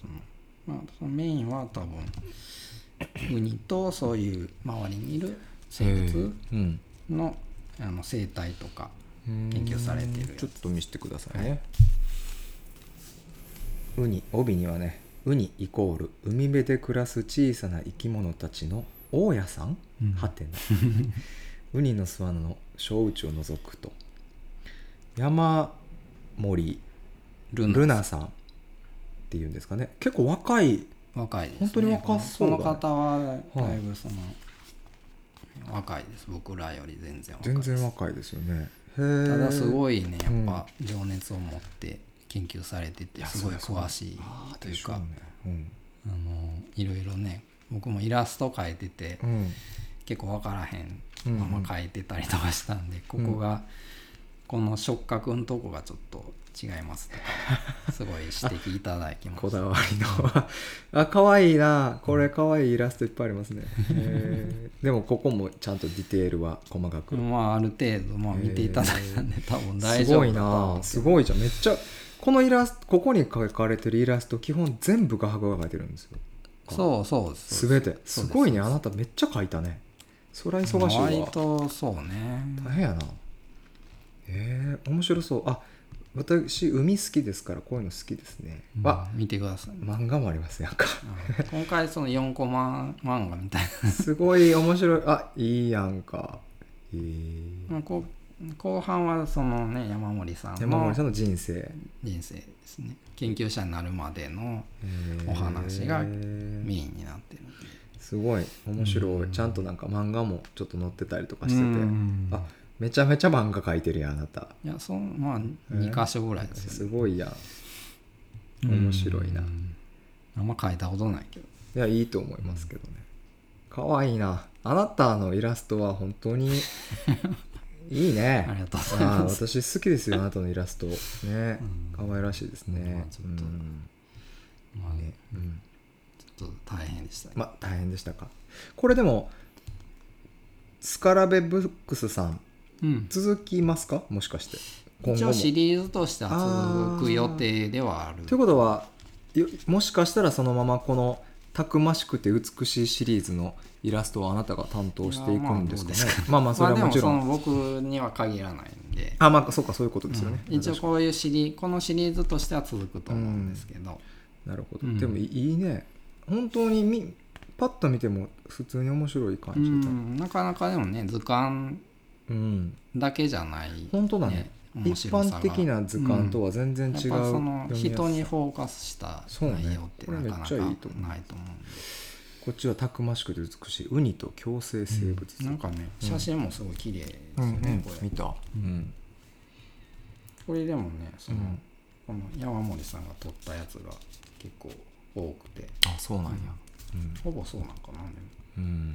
S2: その、まあ、そのメインは多分ウニとそういう周りにいる生物
S1: うん
S2: のあの生態とか研究されてるやつ
S1: ちょっと見せてくださいね、ウニ帯にはねウニイコール海辺で暮らす小さな生き物たちの大家さん、
S2: うん
S1: はてな ウニの巣穴の小宇宙を除くと山森
S2: ルナ
S1: ルナさんっていうんですかね結構若い
S2: 若いです、ね、
S1: 本当に若そうだね
S2: このこの方はだいぶその、若いです僕らより全然若い
S1: 全
S2: です
S1: 然若いですよねへ
S2: ただす
S1: い
S2: ごいねや
S1: うん
S2: っぱ情熱を持って研究されてて
S1: や
S2: すごい
S1: そりゃそうだ
S2: 詳しいというか
S1: ねうん
S2: あのいろいろね僕もイラスト描いてて
S1: うん
S2: 結構分からへん
S1: うん
S2: まま描いてたりとかしたんでここがこの触覚のとこがちょっと違いますと かすごい指摘いただきま
S1: こ
S2: し
S1: だわりのあ可愛いなこれ可愛いイラストいっぱいありますねへーでもここもちゃんとディテールは細か
S2: た
S1: く
S2: まあある程度まあ見ていただいたんで多分大
S1: す
S2: 丈
S1: ご
S2: 夫
S1: い
S2: だと思うん
S1: な
S2: です
S1: すごいじゃんめっちゃこのイラストここに描かれてるイラスト基本全部画伯が描いてるんですよ
S2: そうそうです
S1: 全て
S2: そ
S1: す
S2: うです
S1: ごいねあなためっちゃ描いたねそりゃ忙しい
S2: 割
S1: わ
S2: とそうね
S1: 大変やなえー、面白そうあ私海好きですからこういうの好きですね、
S2: うん
S1: あ
S2: 見てください
S1: 漫画もありますねなんか
S2: うん今回その4コマ漫画み たい
S1: すごい面白いあいいやんかえー
S2: なまあこう後半はそのね山森さん
S1: 山
S2: の
S1: 森さんの人生
S2: 人生ですね研究者になるまでの
S1: えー
S2: お話がメインになってるんです
S1: ごい面白
S2: う
S1: い
S2: ん
S1: ちゃんとなんか漫画もちょっと載ってたりとか
S2: し
S1: してて
S2: て
S1: てあめちゃめちゃ漫画描いてるやんあなた
S2: いやそうまあ2箇所ぐらいです
S1: す
S2: よね
S1: ごいやん面白いな
S2: うんあんま書いたことないけど
S1: いやいいと思いますけどね可愛いなあなたのイラストは本当 にいいね
S2: ありがとうござい
S1: ああ
S2: ます
S1: 私好きですよあなたのイラストね
S2: うん
S1: 可愛らしいです
S2: ま
S1: ね
S2: あちょ
S1: う
S2: っと
S1: ん
S2: まあ
S1: ねうん
S2: ちょっと大変でしたね
S1: まあ大変でしたかこれでもスカラベブックスさん
S2: うん
S1: 続きますかもしかして今
S2: 一
S1: 後
S2: 応
S1: も
S2: シリーズとしては続く予定ではある
S1: ということはよもしかしたらそのままこの「たくましくて美しい」シリーズのイラストをあなたが担当していくんですかね
S2: いやまあどうです
S1: まあまあそれは
S2: まあ
S1: も
S2: で
S1: ち
S2: も
S1: ろ
S2: そ
S1: ん、
S2: の僕には限らないんで
S1: あまあそうかそういうことですよね、
S2: うん一応
S1: 確か
S2: こういうシリこのシリーズとしては続くと思うんですけど、
S1: になるほど、
S2: うん
S1: でもいいいね本当にみパッと見ても普通に面白い感
S2: う
S1: じだ
S2: んなかなかでもね図鑑
S1: うん、
S2: だけじゃない、
S1: 本当だね
S2: ね、面
S1: 一
S2: 白さが
S1: 般的な図鑑とは全然
S2: やっ
S1: 違う、
S2: ぱその人に
S1: 読みやすさ
S2: フォーカスした
S1: そうね
S2: 内容ってなかなかない
S1: これめっち
S2: と
S1: ゃ
S2: 思
S1: いいと思う
S2: う
S1: こっちはたくましくて美しいウニと共生生物
S2: んでなんかね
S1: うん
S2: 写真もすごい綺麗です
S1: う
S2: よ
S1: ん、うん
S2: ね、こ
S1: 見
S2: れ
S1: た、うん
S2: これでもねその、
S1: うん
S2: この山森さんが撮ったやつが結構多くて
S1: あそうなんや、うん
S2: ほぼそうなんかなでも
S1: うん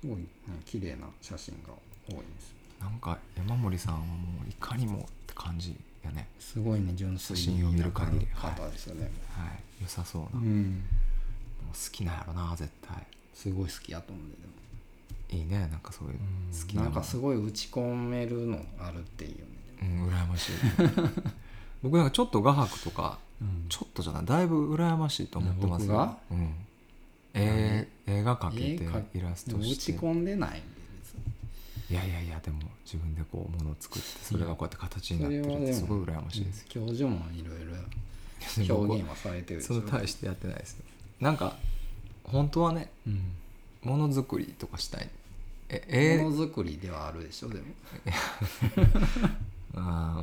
S2: すごいね綺麗な写真が多いです
S1: なんか山森さんはもういかにもって感じやね、
S2: すごいね純粋
S1: 写真を見る限り
S2: な方ですよね、
S1: はい、良さそうな、
S2: う
S1: もうん好きなんやろな絶対
S2: すごい好きやと思うんででも
S1: いいねなんかそういう好きな
S2: な
S1: の
S2: んかすごい打ち込めるのあるっていうね
S1: うん羨まし い僕なんかちょっと画伯とかちょっとじゃないだいぶ羨ましいと思ってます
S2: 僕が
S1: うん、えー映画描
S2: 絵描
S1: けてイラス
S2: で
S1: ト
S2: も打
S1: して
S2: ち込んでないんで別に
S1: いやいやいやでも自分でこうものを作ってそれがこうやって形にな
S2: それ
S1: っ
S2: は
S1: てるっ
S2: で
S1: て
S2: も
S1: すごい羨ましいですよ
S2: 教授もいろいろ表現はされてるでし
S1: そ
S2: ょ
S1: の大してやってないですよなんか本当はね
S2: うん
S1: ものづくりとかしたいえ
S2: も
S1: え
S2: のづくりではあるでしょでも
S1: あーま
S2: ま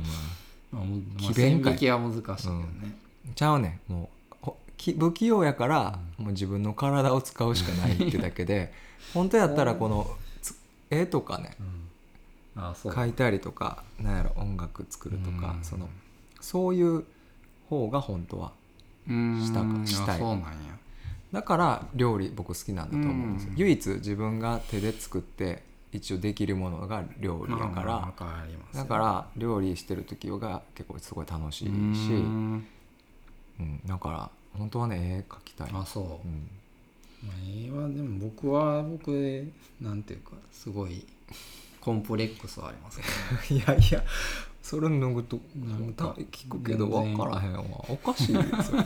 S2: あもうまあ
S1: 奇弁
S2: 線
S1: かい
S2: 引きは難しいけどね、
S1: あちゃうねんもうほき不器用やから、もう自分の体を使うしかないってだけ で本当やったらこのつ絵とかね
S2: ああそう
S1: 描いたりとかなんやろ音楽作るとか、
S2: うん
S1: そのそういう方が本当はしたか
S2: うーん
S1: したい
S2: あそうなんや
S1: だから料理僕好きなんだと思うんですよ、
S2: うん
S1: 唯一自分が手で作って一応できるものが料理やから、
S2: まあわかりますよ
S1: だから料理してる時が結構すごい楽しいし、
S2: うー
S1: うん
S2: ん
S1: だから本当はね絵描きたい、
S2: あそう
S1: う、ん、
S2: まあ、絵はでも僕は僕でなんていうかすごいコンプレックスはありますけど
S1: いやいやそれ脱ぐと
S2: なんか
S1: 聞くけど分
S2: 全然
S1: からへんわおかしいですよ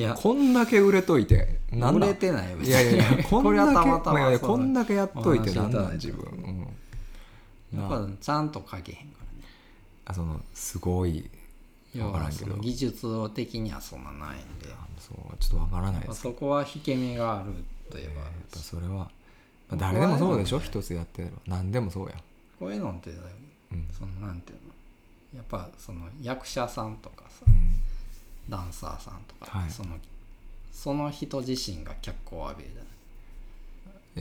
S2: や
S1: こんだけ売れといてなん
S2: 売
S1: だ
S2: れてないよ
S1: いやいやいやこ
S2: こ
S1: ん
S2: れ
S1: だ
S2: は
S1: け
S2: たまた
S1: いやい
S2: ま
S1: やこん
S2: な
S1: だけやっといて
S2: お話
S1: ないん
S2: た
S1: な
S2: だ
S1: ん
S2: いた
S1: 自分、うん
S2: やっぱちゃんと書けへんからね
S1: あそのすごい
S2: 要
S1: わから
S2: は
S1: んけ
S2: そ
S1: ど
S2: の技術的にはそんなないんで
S1: あそうちょっと分からない
S2: ま
S1: で
S2: あ
S1: すけど
S2: そこは引け目があるといえ
S1: や
S2: ば
S1: っ
S2: ある
S1: ぱ
S2: し
S1: それは、まあ
S2: 僕は
S1: 誰でもそうでしょ、
S2: でもね
S1: 一つやってれば何でもそうや、
S2: こういうのってだいぶ
S1: うん
S2: そのなんていうのやっぱその役者さんとかさ
S1: うん
S2: ダンサーさんとか、
S1: はい
S2: そのその人自身が脚光を浴びるじゃない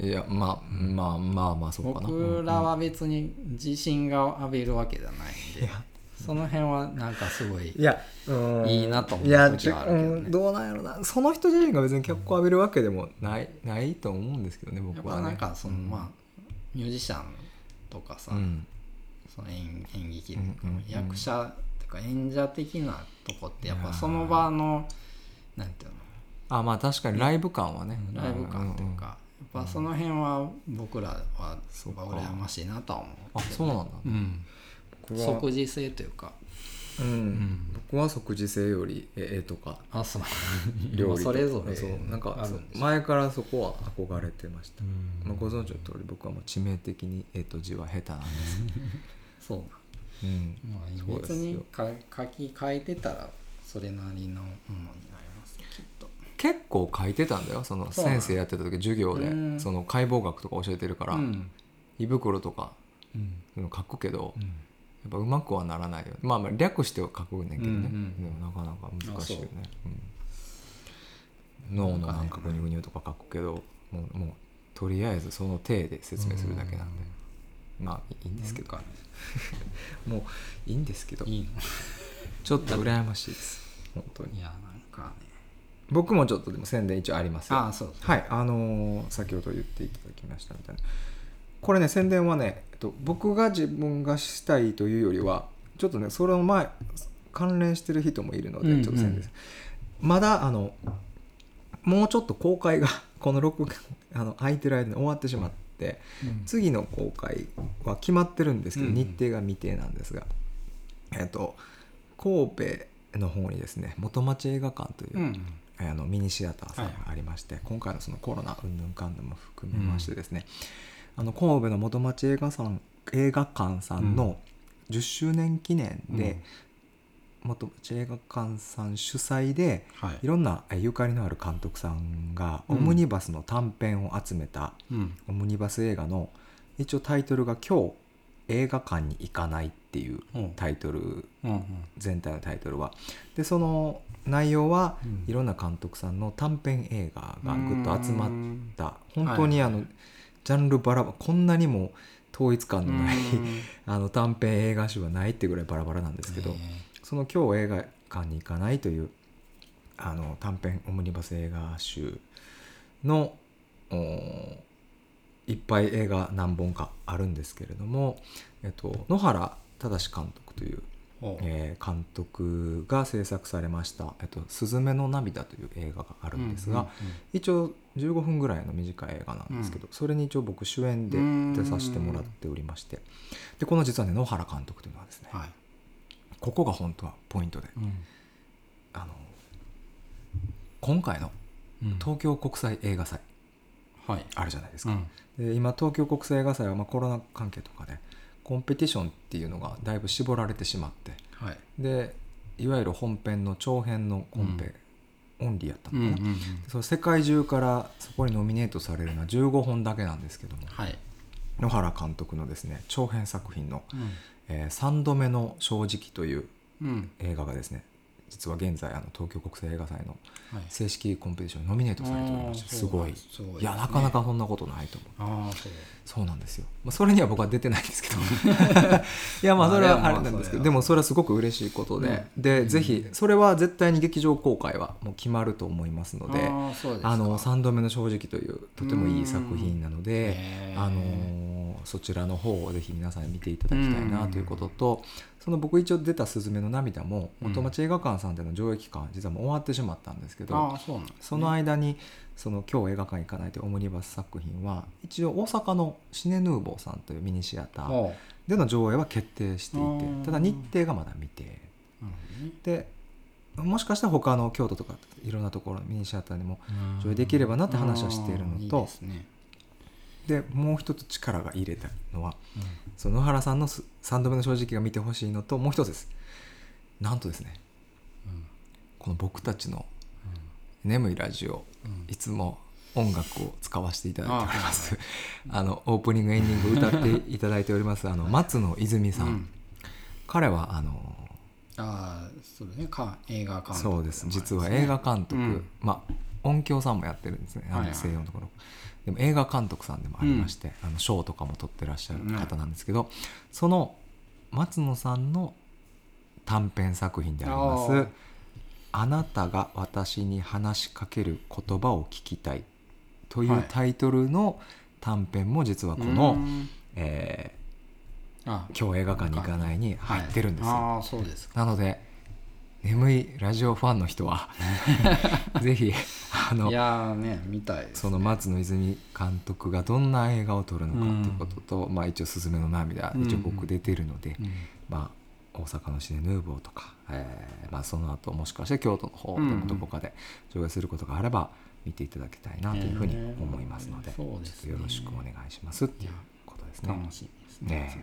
S1: いやまあまあまあまあそうかな
S2: 僕らは別に自信が浴びるわけじゃないんで、その辺はなんかすごい
S1: いやうん
S2: いいなと思う
S1: いや
S2: 時はあるけどね
S1: うんどうなんやろなその人自身が別に脚光浴びるわけでもないないと思うんですけどね
S2: やっ
S1: 僕は
S2: ぱ
S1: ね
S2: なんかその、
S1: うん
S2: まあミュージシャンとかさ、
S1: うん
S2: その演演劇
S1: うんうんうん
S2: 役者っていうか演者的なとこってやっぱその場のなんていう
S1: あまあ確かにライブ感はね
S2: のライブ感というか、やっぱその辺は僕らは
S1: そうか
S2: 羨ましいなとは思う
S1: うんうんあそうなんだ
S2: うん
S1: 僕は
S2: 即時性というか
S1: うん
S2: ん
S1: 僕は即時性より絵とか
S2: あそう
S1: 料理と
S2: 今そ
S1: か
S2: れぞれ
S1: そうなんか
S2: ある
S1: そうん
S2: ですよ
S1: 前からそこは憧れてました、
S2: うん
S1: まあ、ご存知の通り僕はもう致命的に絵と字は下手なんです、
S2: そうな
S1: うん
S2: まあ
S1: そうです
S2: 別
S1: よ
S2: にか書き換えてたらそれなりのものになりますねきっと
S1: 結構書いてたんだよその
S2: そうなの
S1: 先生やってた時授業
S2: う
S1: で
S2: ん
S1: その解剖学とか教えてるから、
S2: うん
S1: 胃袋とか
S2: うん
S1: そういうの書くけど、
S2: うん
S1: やっぱうまくはならないよまあまあ略しては書くねんけどね、
S2: うんうん
S1: でもなかなか難しいよね
S2: あ
S1: うん脳のなんかグニュグニュとか書くけどもうもうとりあえずその体で説明するだけなんで、まあいいんですけど
S2: なんか
S1: もういいんですけど
S2: ねいい
S1: ちょっと羨ましいです本当
S2: のい
S1: に
S2: やなんかね
S1: 僕もちょっとでも宣伝一応ありますよ
S2: ああそう
S1: はいあのー先ほど言っていただきましたみたいなこれね宣伝はね、えっと、僕が自分がしたいというよりはちょっとねそれの前関連してる人もいるので、
S2: うんうん
S1: ちょっと宣伝ですまだあのもうちょっと公開が この録画あの空いてる間に終わってしまって
S2: うん
S1: 次の公開は決まってるんですけど、
S2: うんうん
S1: 日程が未定なんですがえっと神戸の方にですね元町映画館という、
S2: うん
S1: えーあのミニシアターさんが
S2: はい
S1: ありまして、今回のそのコロナうんぬんかんぬんも含めましてですね、あの神戸の元町映画さん映画館さんの10周年記念で、元町映画館さん主催で
S2: はい
S1: いろんなえーゆかりのある監督さんが
S2: う
S1: オ
S2: ん
S1: ムニバスの短編を集めた
S2: うん
S1: オムニバス映画の一応タイトルが「今日映画館に行かない」っていう
S2: うん
S1: タイトル
S2: うん
S1: 全体のタイトルは。でその内容は
S2: うん
S1: いろんな監督さんの短編映画がぐっと集まっ
S2: うん
S1: た本当にあの、ジャンルバラバラこんなにも統一感のない あの短編映画集はないってぐらいバラバラなんですけど、
S2: ね
S1: その「今日映画館に行かない」というあの短編オムニバス映画集のおーいっぱい映画何本かあるんですけれども、えっと、野原忠監督という
S2: ほう
S1: えー監督が制作されました「えっと、スズメの涙」という映画があるんですが、一応15分ぐらいの短い映画なんですけど、それに一応僕主演で出させてもらっておりましてでこの実はね野原監督というのはですね、
S2: はい
S1: ここが本当はポイントで
S2: うん
S1: あの今回の
S2: うん
S1: 東京国際映画祭
S2: はい
S1: あるじゃないです
S2: う
S1: か、
S2: ん
S1: で今東京国際映画祭はまあコロナ関係とかでコンペティションっていうのがだいぶ絞られてしまって
S2: はい
S1: でいわゆる本編の長編のコンペ、オンリーやった
S2: う
S1: の
S2: ん
S1: かな、
S2: うんうん
S1: その世界中からそこにノミネートされるのは15本だけなんですけども
S2: はい
S1: 野原監督のですね長編作品の
S2: うん
S1: 「え3度目の正直」という
S2: うん
S1: 映画がですね実は現在あの東京国際映画祭の
S2: はい
S1: 正式コンペティションにノミネートされておりまして
S2: あー
S1: すごい
S2: そうなんですね
S1: いやなかなかそんなことないと思う。
S2: ああそう
S1: そうなんですよ、まあ、それには僕は出てないんですけ どいやまあそれは
S2: まあ
S1: あ
S2: でも
S1: れなんですけど
S2: まあ
S1: でもそ
S2: それは
S1: れはすごく嬉しいことで、
S2: ね
S1: で、ぜひそれは絶対に劇場公開はもう決まると思いますので
S2: あ
S1: 「
S2: ーそうですか
S1: あの3度目の正直」というとてもいい作品なので
S2: へ、ー
S1: あのそちらの方をぜひ皆さんに見ていただきたいなということと、その僕一応出た「すずめの涙も」
S2: うん
S1: 元町映画館さんでの上映期間実はもう終わってしまったんですけど、
S2: ああそうなんですね
S1: その間に、その今日映画館行かないというオムニバス作品は一応大阪のシネヌーボーさんというミニシアター
S2: ほ
S1: での上映は決定してい
S2: あ
S1: て
S2: ー
S1: ただ日程がまだ未定
S2: うなる
S1: でもしかしたら他の京都とかいろんなところのミニシアターにも
S2: ほどね
S1: 上映できればなって話はしているのと
S2: うんいいですね
S1: でもう一つ力が入れたのはその野原さんのす「3度目の正直」が見てほしいのともう一つですなんとですね
S2: うん
S1: この僕たちの「眠いラジオ」
S2: うんうん
S1: いつも音楽を使わせていただいております
S2: あ
S1: あのオープニングエンディング歌っていただいておりますあの松野泉さん、
S2: うん
S1: 彼はあの
S2: ああそうねか映画館
S1: そうです実は映画監督、
S2: うん
S1: まあ音響さんもやってるんですねあ
S2: はい
S1: の
S2: はい
S1: 西洋のところ、でも映画監督さんでもありまして、あのショーとかも撮ってらっしゃる方なんですけど、その松野さんの短編作品であります
S2: あー
S1: 「あなたが私に話しかける言葉を聞きたい」というタイトルの短編も実はこの、え
S2: あ
S1: ー今日映画館に行かない」に入ってるんですよ。
S2: ああそうですか
S1: なので眠いラジオファンの人 はぜひあ
S2: い
S1: の
S2: やーね見たいです
S1: その松野泉監督がどんな映画を撮るの
S2: う
S1: か
S2: ん
S1: ということと、まあ、一応「すずめの涙」
S2: うん
S1: 一応僕出てるので、
S2: うん
S1: まあ、大阪のシネヌーボーとか、えーまあ、その後もしかして京都の方で
S2: うんう
S1: も
S2: ん
S1: どこかで上映することがあれば見ていただきたいなというふうに思いますので,、
S2: ねそうです
S1: ち
S2: ね
S1: ょっとよろしくお願いしますっていうことですね。
S2: 楽しみですね
S1: ね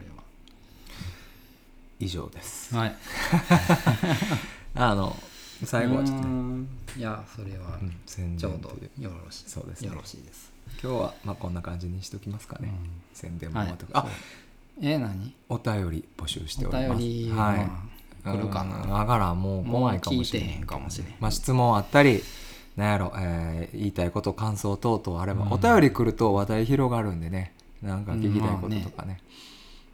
S1: 以上です
S2: それははい
S1: あの最後はちょっと
S2: うー
S1: ね、
S2: んいやそれは
S1: うん、宣
S2: ちょう
S1: 伝
S2: ど
S1: という
S2: よろしい
S1: そうですね
S2: よろしいです、
S1: 今日はまあこんな感じにしておきますかね、
S2: うん
S1: 宣伝も
S2: は
S1: 終わ
S2: い
S1: ってく、
S2: あ
S1: あ
S2: え何
S1: お便り募集してお
S2: お
S1: ります
S2: 便り
S1: は
S2: は、来るか
S1: う
S2: なん
S1: だからもう来ないかもしれ
S2: もう
S1: な
S2: 聞いてへ
S1: い
S2: んかもしれん
S1: まあ、質問あったりなんやろ、えー言いたいこと感想等々あれば、
S2: うん
S1: お便り来ると話題広がるんでねなんか聞きたいこととかね,、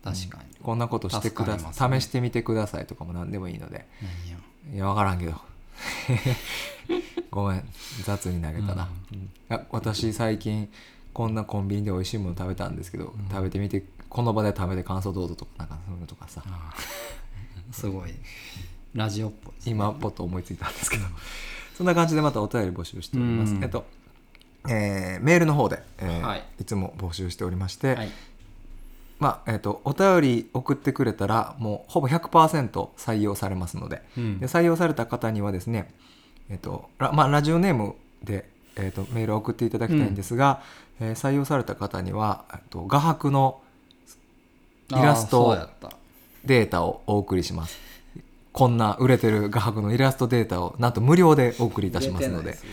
S2: 確かに、
S1: こんなことしてくだ
S2: 助かります
S1: さい、
S2: ね
S1: 試してみてくださいとかも何でもいいので
S2: 何や
S1: いや分からんけど ごめん雑に投げたな、うんあ私最近こんなコンビニで美味しいもの食べたんですけど、
S2: ん
S1: 食べてみてこの場で食べて感想どうぞとかなんかそういうのとかさ、
S2: あー すごいラジオっぽいです
S1: 今ポッと思いついたんですけどそんな感じでまたお便り募集しております、
S2: うん
S1: えっとえーメールの方で、えー
S2: はい
S1: い、つも募集しておりまして、
S2: はい
S1: まあえっとお便り送ってくれたらもうほぼ100%採用されますので
S2: うん
S1: で採用された方にはですね、えっとラまあ、ラジオネームで、えっと、メールを送っていただきたいんですが、えー採用された方には、えっと、画伯のイラスト
S2: あーそうやった
S1: データをお送りしますこんな売れてる画伯のイラストデータをなんと無料でお送りいたしますの
S2: 入れてない
S1: です
S2: 別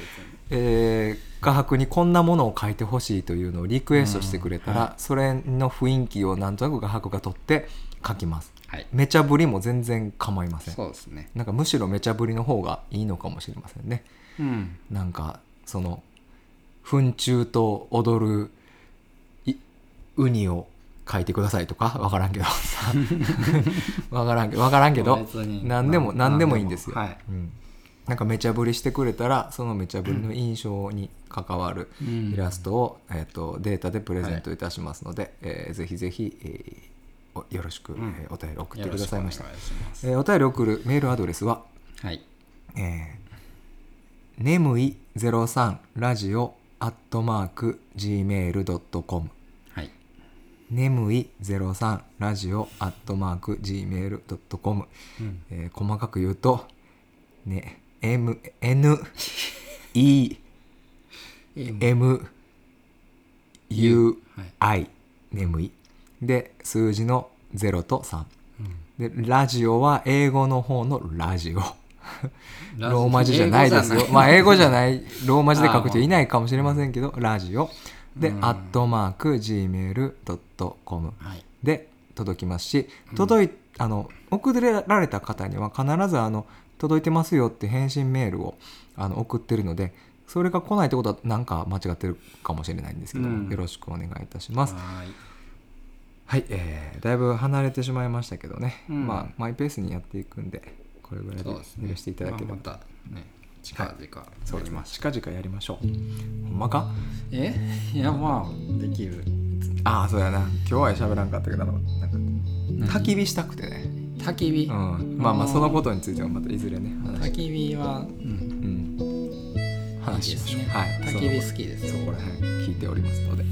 S2: に
S1: えー画伯にこんなものを描いてほしいというのをリクエストしてくれたら、
S2: うんは
S1: それの雰囲気をなんとなく画伯が取って描きます
S2: はい
S1: めちゃぶりも全然構いません
S2: そうですね
S1: なんかむしろめちゃぶりの方がいいのかもしれませんね
S2: うん
S1: なんかその糞虫と踊るいウニを描いてくださいとかわから んけどさわからんけどわからんけど
S2: 別に
S1: 何でも
S2: な
S1: 何でもいいんですよ、
S2: はい
S1: うん、なんかめちゃぶりしてくれたらそのめちゃぶりの印象に関わる
S2: うん
S1: イラストを、えー、とデータでプレゼントいたしますので、えーぜひぜひ、えーおよろしく、
S2: ん
S1: えーお便り送っ
S2: よ
S1: て
S2: ろ
S1: くだ
S2: しく
S1: さ
S2: お
S1: い
S2: 願
S1: ま
S2: い
S1: し
S2: したます
S1: えーお便り送るメールアドレスは
S2: はい
S1: えー、眠い03ラジオアットマーク Gmail.com
S2: はい
S1: 眠い03ラジオアットマーク Gmail.com、えー細かく言うとね M N E M U
S2: はい
S1: I 眠いで数字の0と3、でラジオは英語の方のラジオローマ字じゃないですよ。まあ英語じゃ ない、ローマ字で書く人いないかもしれませんけど、ラジオ。で、アットマーク、gmail.com
S2: はい
S1: で届きますし、届い、あの、送られた方には必ず、あの、届いてますよって返信メールをあの送ってるので、それが来ないってことはなんか間違ってるかもしれないんですけども、
S2: うん
S1: よろしくお願いいたします。
S2: はーい
S1: はい、えーだいぶ離れてしまいましたけどね、
S2: うん
S1: まあマイペースにやっていくんで、これぐらいで
S2: そうですね
S1: 許していただければ
S2: まあまたね近々
S1: そう
S2: や
S1: で
S2: り
S1: す
S2: ま
S1: ね
S2: しょう
S1: 近々やりましょうほんまか
S2: えいやまあできる
S1: ああそうやな今日は喋らんかったけどなんか焚き火したくてね、
S2: 焚き火、
S1: うん、まあまあそのことについてはまたいずれね
S2: 焚
S1: 話,、
S2: き火は、う
S1: う
S2: ん、
S1: ん、話しましょう
S2: いいですね
S1: はい
S2: 焚き火好きですよ
S1: そこら辺聞いておりますので、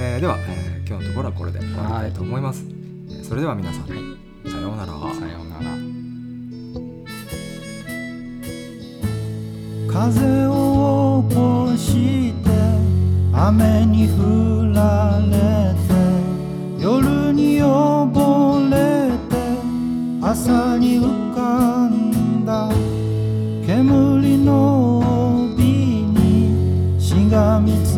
S1: えーでは、えー今日のところはこれで終わりたいと思います、えーそれでは皆さん、
S2: は
S1: さようなら
S2: いさようなら
S3: 風を起こして雨に降られて夜に溺れて朝に浮かんだ煙の帯にしがみつ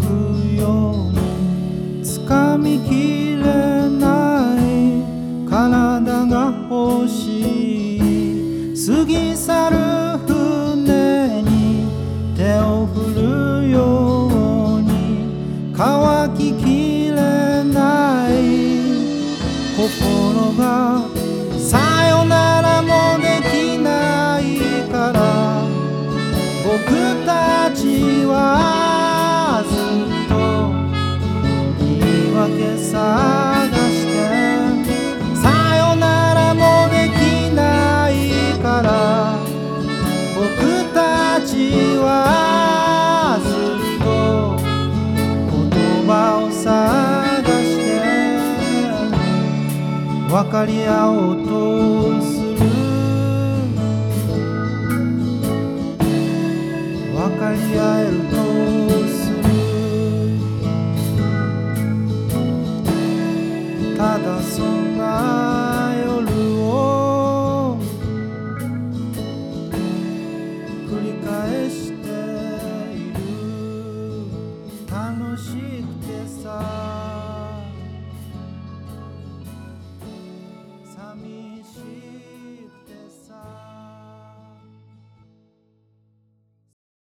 S3: くように掴みきれない体が欲しい過ぎ去る船に手を振るように乾ききれない心がさよならもできないから僕たちはずっと言い訳探してさよならもできないから僕たちはずっと言葉を探して分かり合おうとかり合えるの